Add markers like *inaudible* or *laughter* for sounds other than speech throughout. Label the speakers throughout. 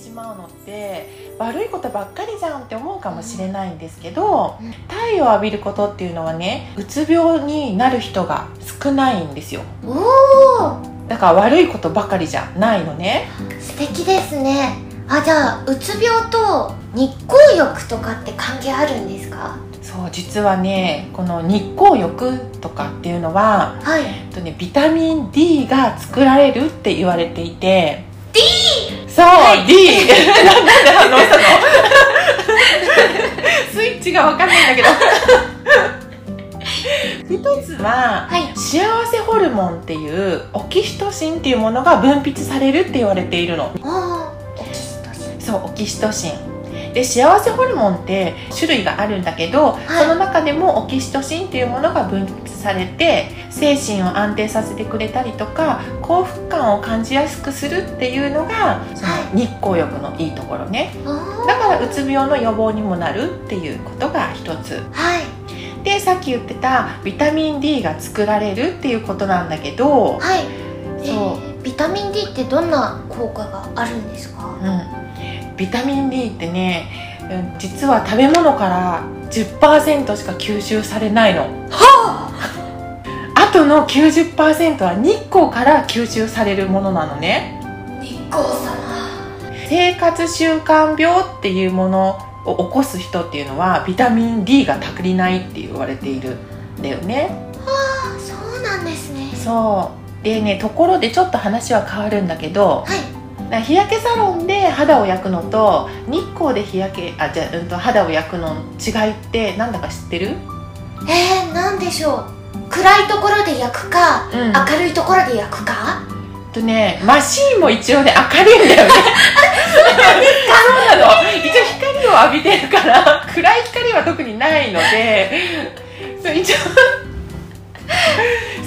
Speaker 1: しまうのって悪いことばっかりじゃんって思うかもしれないんですけど、
Speaker 2: うん
Speaker 1: 太陽を浴びることっていうのはねうつ病になる人が少ないんですよ
Speaker 2: おお
Speaker 1: だから悪いことばかりじゃないのね
Speaker 2: 素敵ですねあじゃあうつ病と日光浴とかって関係あるんですか
Speaker 1: そう実はねこの日光浴とかっていうのは、
Speaker 2: はい
Speaker 1: えっとね、ビタミン D が作られるって言われていて D! そう、D *laughs* なんで反応したのスイッチがわかんないんだけど一つは
Speaker 2: はい
Speaker 1: 幸せホルモンっていうオキシトシンっていうものが分泌されるって言われているの
Speaker 2: おおオキシトシン
Speaker 1: そうオキシトシンで幸せホルモンって種類があるんだけど、
Speaker 2: はい
Speaker 1: その中でもオキシトシンっていうものが分泌されて精神を安定させてくれたりとか幸福感を感じやすくするっていうのがその
Speaker 2: は
Speaker 1: 日光浴のいいところね
Speaker 2: おー
Speaker 1: だからうつ病の予防にもなるっていうことが一つ
Speaker 2: はい
Speaker 1: でさっき言ってたビタミン D が作られるっていうことなんだけど
Speaker 2: はい
Speaker 1: そう
Speaker 2: えービタミン D ってどんな効果があるんですか
Speaker 1: うん、ビタミン D ってね、うん、実は食べ物から10%しか吸収されないの
Speaker 2: は
Speaker 1: あとの90%は日光から吸収されるものなのね
Speaker 2: あ日光様
Speaker 1: 生活習慣病っていうものを起こす人っていうのはビタミン D が足りないって言われているんだよね
Speaker 2: あそうなんですね
Speaker 1: そうでねところでちょっと話は変わるんだけど
Speaker 2: はい
Speaker 1: な日焼けサロンで肌を焼くのと日光で日焼けあじゃあ、うん、と肌を焼くの違いってなんだか知ってる、
Speaker 2: えー、なんでしょう暗いところで焼くか、
Speaker 1: うん
Speaker 2: 明るいところで焼くか
Speaker 1: えっとねマシーンも一応ね明るいんだよねそうなの一応光を浴びてるから *laughs* 暗い光は特にないのでそう一応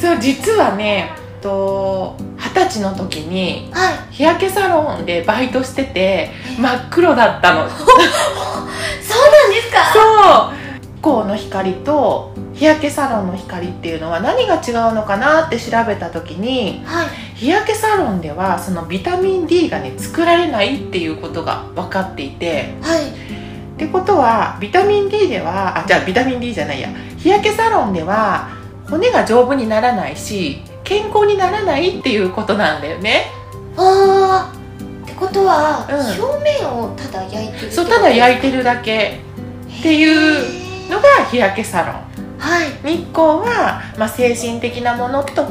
Speaker 1: そう実はねえっと二十歳の時に
Speaker 2: はい
Speaker 1: 日焼けサロンでバイトしてて
Speaker 2: え
Speaker 1: 真っ黒だったの
Speaker 2: そうなんですか
Speaker 1: そう日光の光と日焼けサロンの光っていうのは何が違うのかなって調べた時に
Speaker 2: はい
Speaker 1: 日焼けサロンではそのビタミン D がね作られないっていうことが分かっていて
Speaker 2: はい
Speaker 1: ってことはビタミン D ではあじゃあビタミン D じゃないや日焼けサロンでは骨が丈夫にならないし健康にならないっていうことなんだよね
Speaker 2: あーってことは、
Speaker 1: うん
Speaker 2: 表面をただ焼いてる
Speaker 1: そうただ
Speaker 2: い
Speaker 1: 焼いてるだけっていうのが日焼けサロン
Speaker 2: は
Speaker 1: 日
Speaker 2: い
Speaker 1: 光は、まあ、精神的なものと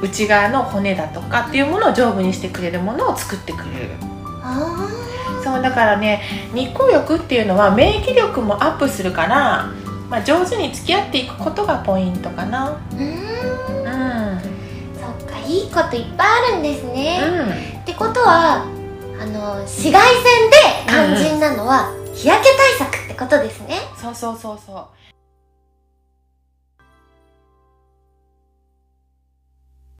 Speaker 1: 内側の骨だとかっていうものを丈夫にしてくれるものを作ってくれる
Speaker 2: あ
Speaker 1: そうだからね日光浴っていうのは免疫力もアップするから、まあ、上手に付き合っていくことがポイントかな
Speaker 2: ーうーん
Speaker 1: うん、う
Speaker 2: そっかいいこといっぱいあるんですね、
Speaker 1: ん、
Speaker 2: ってことはあの紫外線で肝心なのは日焼け対策ってことですね、
Speaker 1: そうそうそうそう